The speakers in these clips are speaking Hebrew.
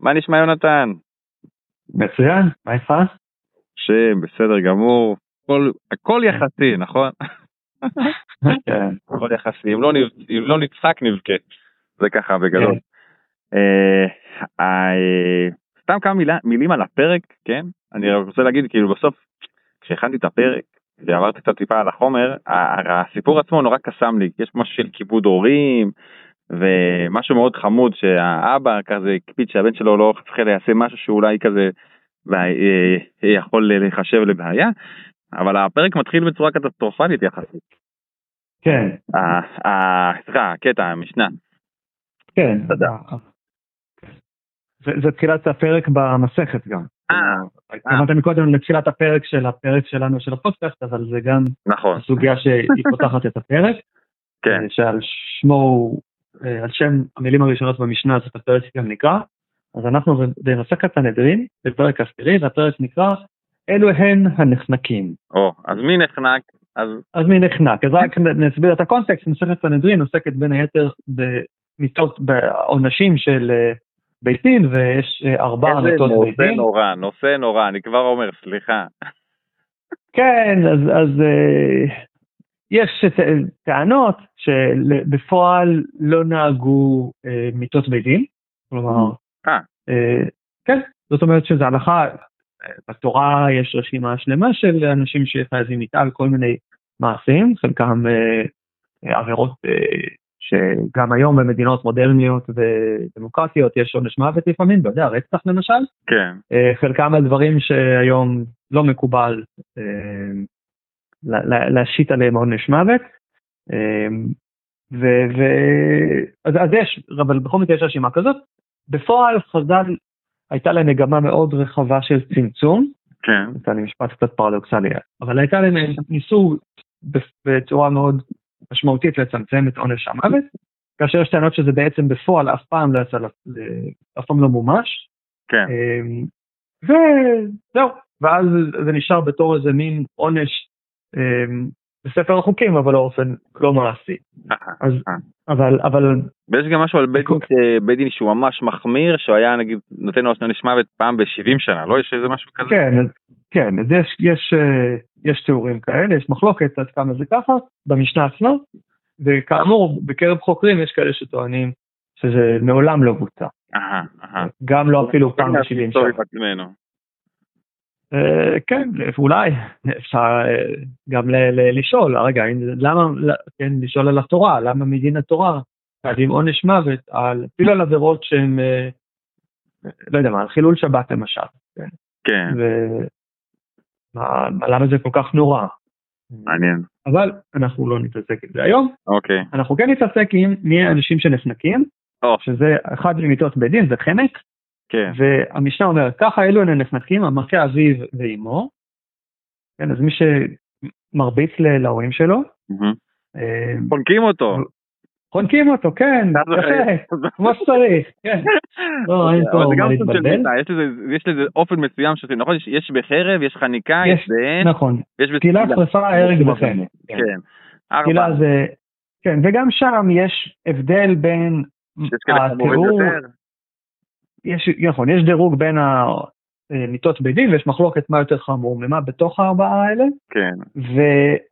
מה נשמע יונתן? מצוין, מה איתך? שם, בסדר גמור. הכל, הכל יחסי, נכון? כן. הכל יחסי. אם לא, נב- אם לא נצחק נבכה. זה ככה בגדול. אה, אה, סתם כמה מילה, מילים על הפרק, כן? אני רק רוצה להגיד, כאילו בסוף, כשהכנתי את הפרק ועברתי קצת טיפה על החומר, ה- הסיפור עצמו נורא קסם לי, יש משהו של כיבוד הורים, ומשהו מאוד חמוד שהאבא כזה הקפיד שהבן שלו לא חס וחלילה יעשה משהו שאולי כזה לה- אה, יכול להיחשב לבעיה, אבל הפרק מתחיל בצורה קטסטרופלית יחסית. כן, ה- ה- אה, סליחה, הקטע, המשנה. כן. תודה. זה, זה תחילת הפרק במסכת גם. אה, אמרת מקודם לתחילת הפרק של הפרק שלנו של הפודקאסט, אבל זה גם נכון, הסוגיה שהיא פותחת את הפרק, כן, אה, שעל שמו, הוא, אה, על שם המילים הראשונות במשנה הזאת הפרק גם נקרא. אז אנחנו ב- במסכת הנדרין, בפרק עשירי, והפרק נקרא אלו הן הנחנקים. או, אז מי נחנק? אז אז מי נחנק? אז רק נ- נסביר את הקונטקסט, מסכת סנהדרין עוסקת בין היתר במיטות, בעונשים של אה, בית דין, ויש אה, ארבע איזה מיטות בית נושא דין. נורא, נושא נורא, אני כבר אומר, סליחה. כן, אז, אז אה, יש ט- טענות שבפועל לא נהגו אה, מיטות בית דין, כלומר, אה. אה, כן, זאת אומרת שזו הלכה, אה, בתורה יש רשימה שלמה של אנשים שחייבים מיטה על כל מיני מעשים, חלקם אה, אה, עבירות אה, שגם היום במדינות מודרניות ודמוקרטיות יש עונש מוות לפעמים, לא יודע, רצח למשל. כן, אה, חלקם על דברים שהיום לא מקובל אה, לה- לה- להשית עליהם עונש מוות. אה, ו, ו, אז, אז יש, אבל בכל מקרה יש רשימה כזאת. בפועל חז"ל הייתה להם מגמה מאוד רחבה של צמצום, כן, זה אני משפט קצת פרדוקסלי, אבל הייתה להם, ניסו ב- בצורה מאוד משמעותית לצמצם את עונש המוות, כאשר יש טענות שזה בעצם בפועל אף פעם לא יצא, ל- ל- אף פעם לא מומש, כן, אמ, וזהו, ואז זה נשאר בתור איזה מין עונש אמ, בספר החוקים, אבל באופן לא מעשי. ככה. אז, אה. אבל, אבל, ויש גם משהו על בית דין, שבית דין שהוא ממש מחמיר, שהוא היה נגיד נותן לו עונש מוות פעם ב-70 שנה, לא יש איזה משהו כזה? כן, אז- כן, אז יש, יש, אה, יש תיאורים כאלה, יש מחלוקת עד כמה זה ככה, במשנה עצמה, וכאמור, בקרב חוקרים יש כאלה שטוענים שזה מעולם לא בוצע, אהה, אהה. כן, גם לא אפילו פעם ב-70 שנה. טוב עם עצמנו. אה, כן, אולי אפשר אה, גם ל- ל- לשאול, רגע, אם- למה, ל- כן, לשאול על התורה, למה מדין התורה חייבים עונש מוות, על, אפילו על עבירות שהן, אה, לא יודע מה, על חילול שבת למשל, כן, ומה- למה זה כל כך נורא. מעניין, אבל אנחנו לא נתעסק עם זה היום, אוקיי. אנחנו כן נתעסק עם מי האנשים שנחנקים, או. שזה אחד ממיתות בית דין, זה חנק, כן, והמשנה אומרת, ככה אלו הן הנחנקים, המכה אביו ואימו. כן, אז מי שמרביץ ל- להורים שלו, מהמם. אה, חונקים אותו. חונקים אותו, כן, חד וחלק. יפה, כמו שצריך, כן. לא, אין אבל פה זה גם מה סוג של להתבלבל. מיטה, יש לזה- יש לזה אופן מסוים שעושים, נכון? יש- יש בחרב, יש חניקה, יש, יש בעין, נכון, יש קהילה בסקילה. שרפה, הרג וחנק. כן. כן. ארבע. קהילה זה, כן, וגם שם יש הבדל בין יש כאלה חמורים יותר. יש, נכון, יש דירוג בין המיטות בית דין ויש מחלוקת מה יותר חמור ממה בתוך הארבעה האלה. כן, ו...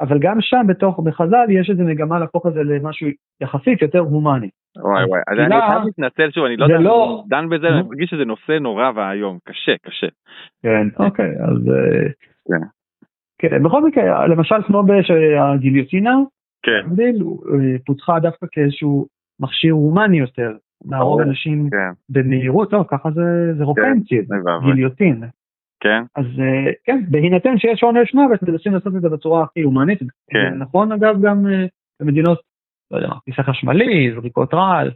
אבל גם שם בתוך בחז"ל יש איזה מגמה להפוך את זה למשהו יחסית יותר הומני. וואי וואי, אז אני קהילה- חייב להתנצל שוב, אני לא זה יודע, לא- אני דן בזה, אני נו. מרגיש שזה נושא נורא ואיום, קשה, קשה. כן. אוקיי, אז... אה, כן. כן, בכל מקרה, למשל כמו שהגיליוטינה, כן, להבדיל, הוא, אה, פותחה דווקא כאיזשהו מכשיר הומני יותר, להרוג ברור. אנשים כן, במהירות, לא, ככה זה, זה רופא כן. המציא את זה, אוי ואבוי. גיליוטין. כן, אז אה, כן, בהינתן שיש עונש מוות, מנסים לעשות את זה בצורה הכי הומנית. כן. זה נכון אגב גם אה, במדינות, לא יודע, כיסא חשמלי, זריקות רעל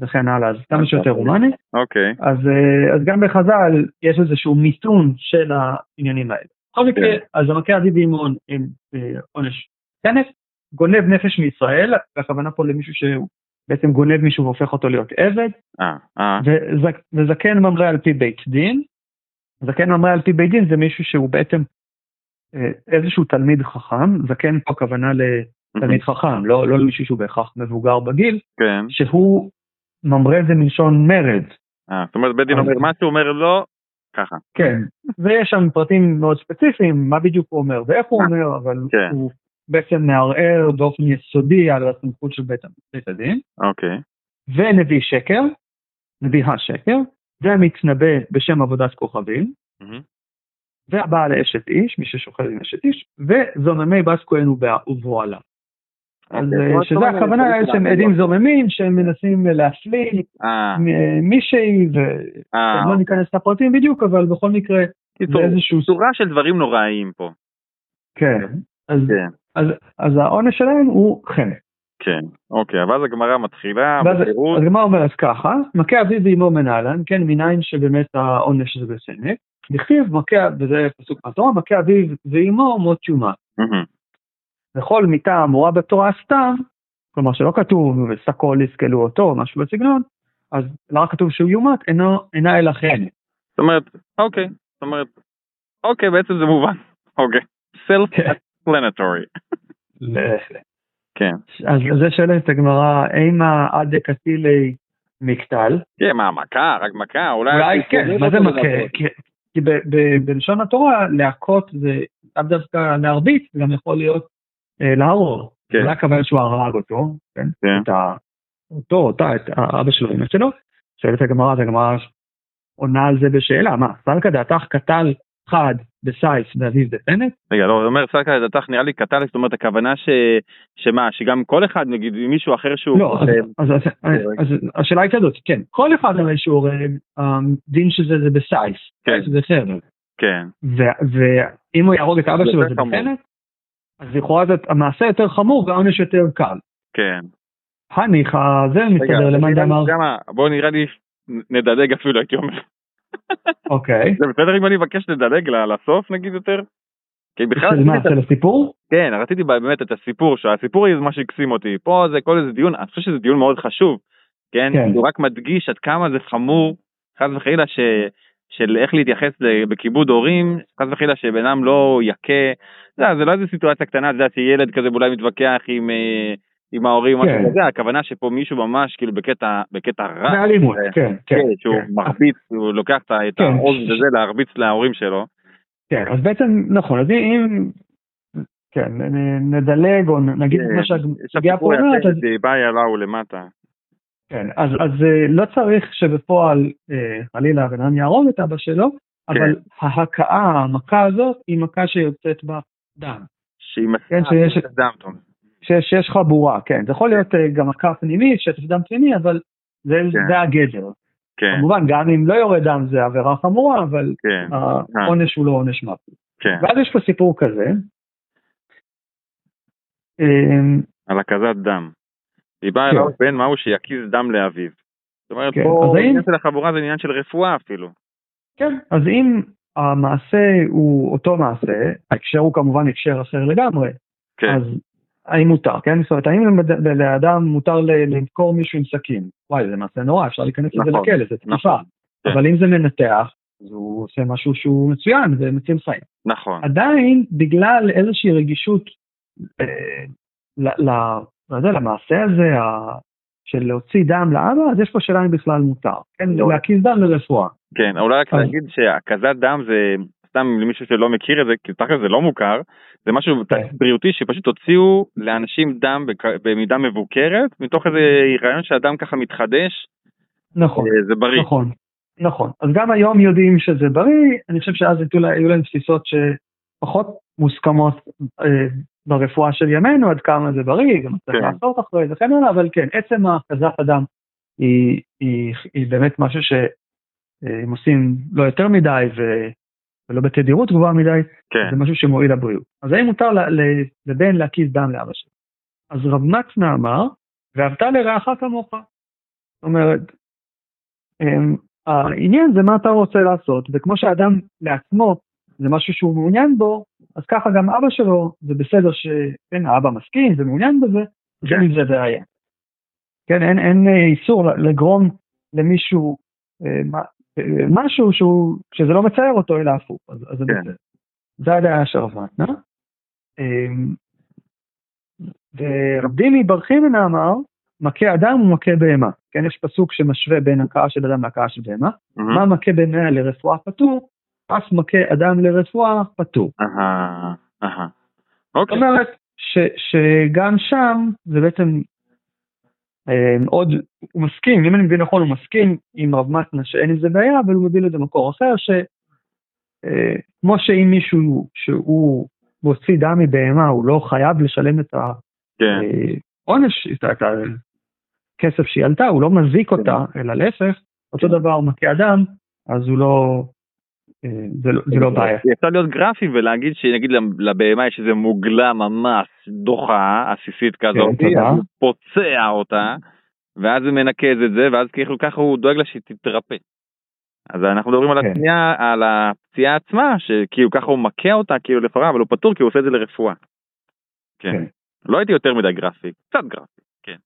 וכן הלאה, אז כמה שיותר הומני. אוקיי, אז, אה, אז גם בחז"ל יש איזשהו מיתון של העניינים האלה. בכל מקרה, כן. אז המכה אביב אימון עם אה, עונש כנף, גונב נפש מישראל, הכוונה פה למישהו שהוא בעצם גונב מישהו והופך אותו להיות עבד, אה, אה, וזק- וזקן ממרא על פי בית דין. זקן ממרא על פי בית דין זה מישהו שהוא בעצם אה, איזשהו תלמיד חכם, זקן פה הכוונה Mm-hmm. לתלמיד חכם, לא, לא למישהו שהוא בהכרח מבוגר בגיל, כן, שהוא ממרא זה מלשון מרד, אה, זאת אומרת בית דין אומר משהו, אומר לא, ככה. כן, ויש שם פרטים מאוד ספציפיים, מה בדיוק הוא אומר ואיך הוא אומר, אבל כן. הוא בעצם מערער באופן יסודי על הסמכות של בית בית הדין. אוקיי. ונביא שקר, נביא השקר, ומתנבא בשם עבודת כוכבים, מהמם. והבעל לאשת איש, מי ששוכב עם אשת איש, וזוממי בת כהן ובע- ובועלה. אז אוקיי. אה, שזה הכוונה שהם עדים זוממים, שהם מנסים להפליל אה, אה, מישהי, ולא אה, ניכנס לפרטים בדיוק, אבל בכל מקרה, זה קיצור, איזשהו... צורה של דברים נוראיים פה. כן. אז, כן, אז- אז העונש שלהם הוא חנק. כן. אוקיי, ואז הגמרא מתחילה, ואז בפירוט, אז הגמרא אומרת ככה, מכה אביו ואימו מנהלן, כן, מניין שבאמת העונש זה בסנק, דכתיב מכה, וזה פסוק מהתורה, מכה אביו ואימו מות יומה. מהמם. וכל מיתה האמורה בתורה עשתה, כלומר שלא כתוב ושקול יסקלו אותו, או משהו בסגנון, אז רק כתוב שהוא יומת, אינו, אינה אלא חנק. זאת אומרת, אוקיי, זאת אומרת, אוקיי, בעצם זה מובן, אוקיי. כן. self-explanatory. כן. אז זה שואלת הגמרא, אימה עד דקתילי מקטל, כן, מה, מכה? רק מכה? אולי... אולי כן, קוראים מה זה אותו מכה? ללוות. כי- כי ב- ב- בלשון התורה להכות זה לאו דווקא להרביץ, זה גם יכול להיות אה, להרוג. כן. זה הכוונה שהוא הרג אותו, כן? כן. את ה... אותו, אותה, את האבא שלו, אמא שלו. שואלת הגמרא, אז הגמרא עונה על זה בשאלה, מה, סלקא דעתך קטל חד בסייף באביב דפנת? רגע, לא, זה אומר סלקה דתך נראה לי קטליסט, זאת אומרת, הכוונה ש... שמה, שגם כל אחד, נגיד, מישהו אחר שהוא... לא, אז- אז אז- אז השאלה היא כזאת, כן, כל אחד הרי שהוא הורג, הדין של זה זה בסייף, כן. סייף זה חרב. כן, ו- ואם הוא יהרוג את אבא זה שלו יותר זה חמור. בסנט, אז לכאורה זה המעשה יותר חמור והעונש יותר קל. כן. הניחא זה מסתדר רגע, למה נראה לי דאמר, כמה- בוא נראה לי נדלג אפילו, הייתי אומר. אוקיי. זה בסדר אם אני אבקש לדלג ל- לסוף, נגיד יותר? כי בכלל... של מה, רציתי את של הסיפור? כן, רציתי באמת את הסיפור, שהסיפור היא מה שהקסים אותי. פה זה כל איזה דיון, אני חושב שזה דיון מאוד חשוב, כן? כן. הוא רק מדגיש עד כמה זה חמור, חס וחלילה, ש... של איך להתייחס ל- בכיבוד הורים, חס וחלילה שבן אדם לא יכה, זה, זה לא איזה סיטואציה קטנה, אתה יודע, שילד כזה אולי מתווכח עם, אה, עם ההורים, כן. משהו כזה, הכוונה שפה מישהו ממש כאילו בקטע, בקטע רע, זה אלימות, אה, כן, כן. כן, שהוא כן. מרביץ, הוא לוקח את ה- את כן. העוז וזה להרביץ להורים שלו, כן, אז בעצם, נכון, אז אם, כן, נ- נדלג או נ- נגיד את כן. מה יש שהגביעה פה הסיפור אומרת, יפה אז שדיבה יעלהו למטה, כן, אז, אז אה, לא צריך שבפועל אה, חלילה הבן אדם יהרוג את אבא שלו, כן. אבל ההכאה, המכה הזאת, היא מכה שיוצאת בה דם. שהיא כן, מסעת, שיש- דם, אתה אומר. שיש, שיש חבורה, כן. זה יכול להיות אה, גם מכה פנימית, שטף דם פנימי, אבל זה, כן. זה הגדר. כן, כמובן, גם אם לא יורד דם זה עבירה חמורה, אבל כן, העונש הוא לא עונש מוות. כן, ואז יש פה סיפור כזה. אה, על הקזת דם. היא באה אליו בן מהו שיקיז דם לאביו. זאת אומרת, כן, פה אז האם- העניין של החבורה זה עניין של רפואה אפילו. כן, אז אם המעשה הוא אותו מעשה, ההקשר הוא כמובן הקשר אחר לגמרי, כן, אז האם מותר, כן? זאת אומרת, האם למד- לאדם מותר ל- למכור מישהו עם סכין? וואי, זה מעשה נורא, אפשר להיכנס לזה נכון, לכלא, זה תקיפה. נכון, כן. אבל אם זה מנתח, אז הוא עושה משהו שהוא מצוין ומציל חיים. נכון, עדיין, בגלל איזושהי רגישות אה, ל- ל- לא יודע, למעשה הזה, ה- של להוציא דם לאבא, אז יש פה שאלה אם בכלל מותר. כן, לא. להקיז דם לרפואה. כן, אולי רק אז- להגיד שהקזת דם זה, סתם למישהו שלא מכיר את זה, כי תכל'ס זה לא מוכר, זה משהו כן. בריאותי שפשוט הוציאו לאנשים דם בכ- במידה מבוקרת, מתוך איזה רעיון שהדם ככה מתחדש, נכון. אה, זה בריא. נכון, נכון. אז גם היום יודעים שזה בריא, אני חושב שאז היו לה- היו להם תפיסות שפחות מוסכמות אה, ברפואה של ימינו, עד כמה זה בריא, גם צריך כן. לעשות אחרי זה וכן הלאה, אבל כן, עצם ההכרזת אדם היא, היא, היא באמת משהו שאם עושים לא יותר מדי ו, ולא בתדירות גבוהה מדי, כן, זה משהו שמועיל לבריאות. אז האם מותר ל- ל- לבן להקיז דם לאבא שלו? אז רב מצנע אמר, ואהבת לרעך כמוך. זאת אומרת, אמ, העניין זה מה אתה רוצה לעשות, וכמו שהאדם לעצמו זה משהו שהוא מעוניין בו, אז ככה גם אבא שלו, זה בסדר שכן, האבא מסכים ומעוניין בזה, אז אין כן. עם זה בעיה. כן, אין, אין אה, איסור לגרום למישהו אה, מה- אה, משהו שהוא, שזה לא מצער אותו, אלא הפוך, אז, אז זה כן. בסדר. זה הדעה של רב מתנה. אמ, ורב דימי בר חימנה אמר, מכה אדם ומכה בהמה. כן, יש פסוק שמשווה בין הכאה של אדם להכאה של בהמה. Mm-hmm. מה מכה בהמה לרפואה פטור, אף מכה אדם לרפואה פטור. אהה, אהה. זאת אוקיי. אומרת ש- שגם שם זה בעצם אה, עוד, הוא מסכים, אם אני מבין נכון, הוא מסכים עם רב מתנה שאין עם זה בעיה, אבל הוא מביא לזה מקור אחר, שכמו שאם מישהו שהוא מוציא דם מבהמה, הוא לא חייב לשלם את כן. העונש, את ה- את הכסף שהיא עלתה, הוא לא מזיק אותה, אלא להפך, אותו דבר הוא מכה אדם, אז הוא לא, אה, זה לא- כן. זה לא בעיה. אפשר להיות גרפי ולהגיד שנגיד למ- לבהמה יש איזה מוגלה ממש דוחה עסיסית כזאת, כן, תודה. הוא פוצע אותה, ואז הוא מנקז את זה, ואז כאילו ככה הוא דואג לה שהיא תתרפא. אז אנחנו מדברים על כן. הפציעה, על הפציעה עצמה, שכאילו ככה הוא מכה אותה כאילו לפרה, אבל הוא פטור כי הוא עושה את זה לרפואה. כן. כן. לא הייתי יותר מדי גרפי, קצת גרפי. כן.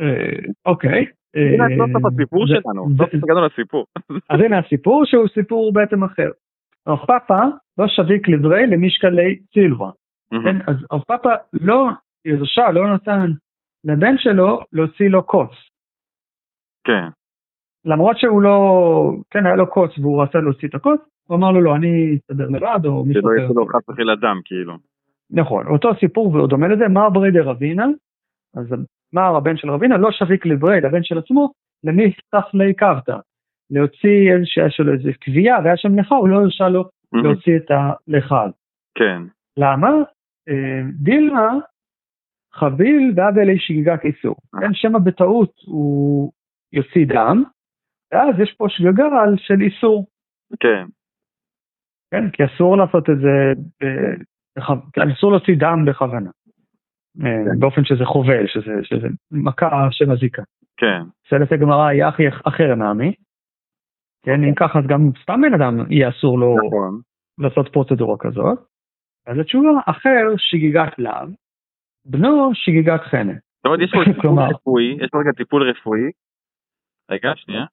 אה, אוקיי. הנה אה, סוף לא סוף הסיפור זה- שלנו, לא זה- סוף סוף הגענו לסיפור. אז הנה הסיפור שהוא סיפור בעצם אחר. רב פאפה לא שביק לברי למשקלי סילבה. Mm-hmm. כן, אז רב פאפה לא הרשה, לא נתן לבן שלו להוציא לו קוץ. כן. למרות שהוא לא, כן, היה לו קוץ והוא רצה להוציא את הקוץ, הוא אמר לו לא, אני אסתדר לבד או מישהו שלא אחר. יצא לו חס וחלילה דם כאילו. נכון, אותו סיפור ועוד דומה לזה, מר ברי דה רבינה, אז מר הבן של רבינה לא שביק לברי, לבן של עצמו, למי תכלי קרתא. להוציא איזושהי, היה שלו איזו קביעה והיה שם נכה, הוא לא הרשה לו Mm-hmm. להוציא את הלחד. כן. למה? אה, דילמה חביל ועד אלי שגיגה קיסור. כן, שמא בטעות הוא יוציא דם, ואז יש פה שגגה על של איסור. כן. כן, כי אסור לעשות את זה, ב- בכו- כן, אסור להוציא דם בכוונה. אה, באופן שזה חובל, שזה, שזה מכה שמזיקה. כן. שאלת הגמרא היא אחי אחר נעמי. כן, אם ככה אז גם סתם בן אדם יהיה אסור לו נכון. לעשות פרוצדורה כזאת. אז התשובה, אחר שגיגת להב, בנו שגיגת חנק. זאת אומרת, יש פה טיפול כלומר- רפואי, יש פה רגע טיפול רפואי. רגע, שנייה.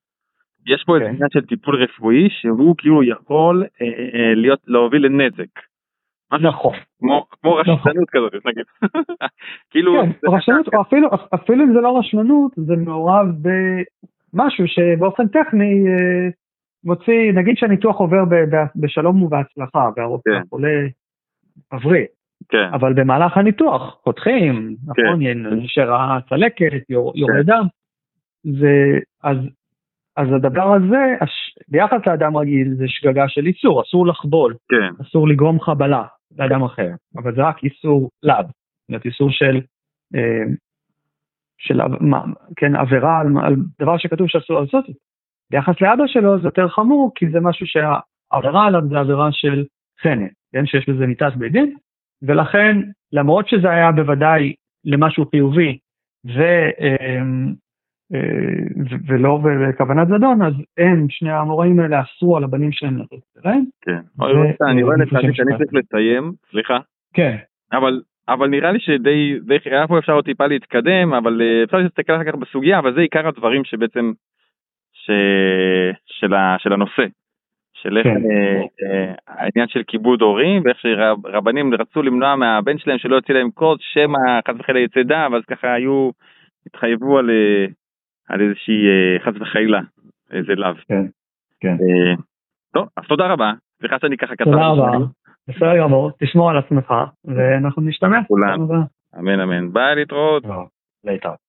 יש פה איזה כן. עניין של טיפול רפואי שהוא כאילו יכול אה, אה, אה, להיות, להוביל לנזק. נכון. כמו כמו נכון. רשלנות כזאת, נגיד. כאילו, זה- כן, רשלנות, או אפילו, אפילו אם זה לא רשלנות, זה מעורב במשהו שבאופן טכני אה, מוציא, נגיד שהניתוח עובר ב- ב- בשלום ובהצלחה, והרופא כן. החולה מבריא, כן, אבל במהלך הניתוח חותכים, נכון, נשארה צלקת, יור- כן. יורד דם, זה, אז, אז הדבר הזה, הש, ביחס לאדם רגיל, זה שגגה של איסור, אסור לחבול, כן, אסור לגרום חבלה לאדם אחר, אבל זה רק איסור לאו, זאת אומרת איסור של, אה, של עב- מה, כן, עבירה על, על דבר שכתוב שאסור לעשות. אותו. ביחס לאבא שלו זה יותר חמור, כי זה משהו שהעבירה עליו זה עבירה של חנק, כן, שיש בזה מיתת בית דין, ולכן למרות שזה היה בוודאי למשהו חיובי, ו, אה, אה, ו- ולא בכוונת זדון, אז הם, שני המוראים האלה, אסרו על הבנים שלהם לעשות את זה. כן. אוי, רוסה, אני רואה לצערי שאני צריך לסיים, סליחה. כן. אבל אבל נראה לי שדי די- היה פה אפשר עוד טיפה להתקדם אבל אה, אפשר להסתכל אחר כך בסוגיה אבל זה עיקר הדברים שבעצם ש... של, ה... של הנושא. של איך כן. אה, אה, העניין של כיבוד הורים ואיך שרבנים רצו למנוע מהבן שלהם שלא יוציא להם קוד שמא חס וחלילה יצא דם אז ככה היו התחייבו על, אה, על איזושהי אה, חס וחלילה איזה לאו. כן, כן. אה, טוב אז תודה רבה סליחה שאני ככה קצר. תודה רבה. בסדר גמור, תשמור על עצמך, ואנחנו נשתמע. כולנו. תודה רבה. אמן אמן ביי להתראות. להתראות.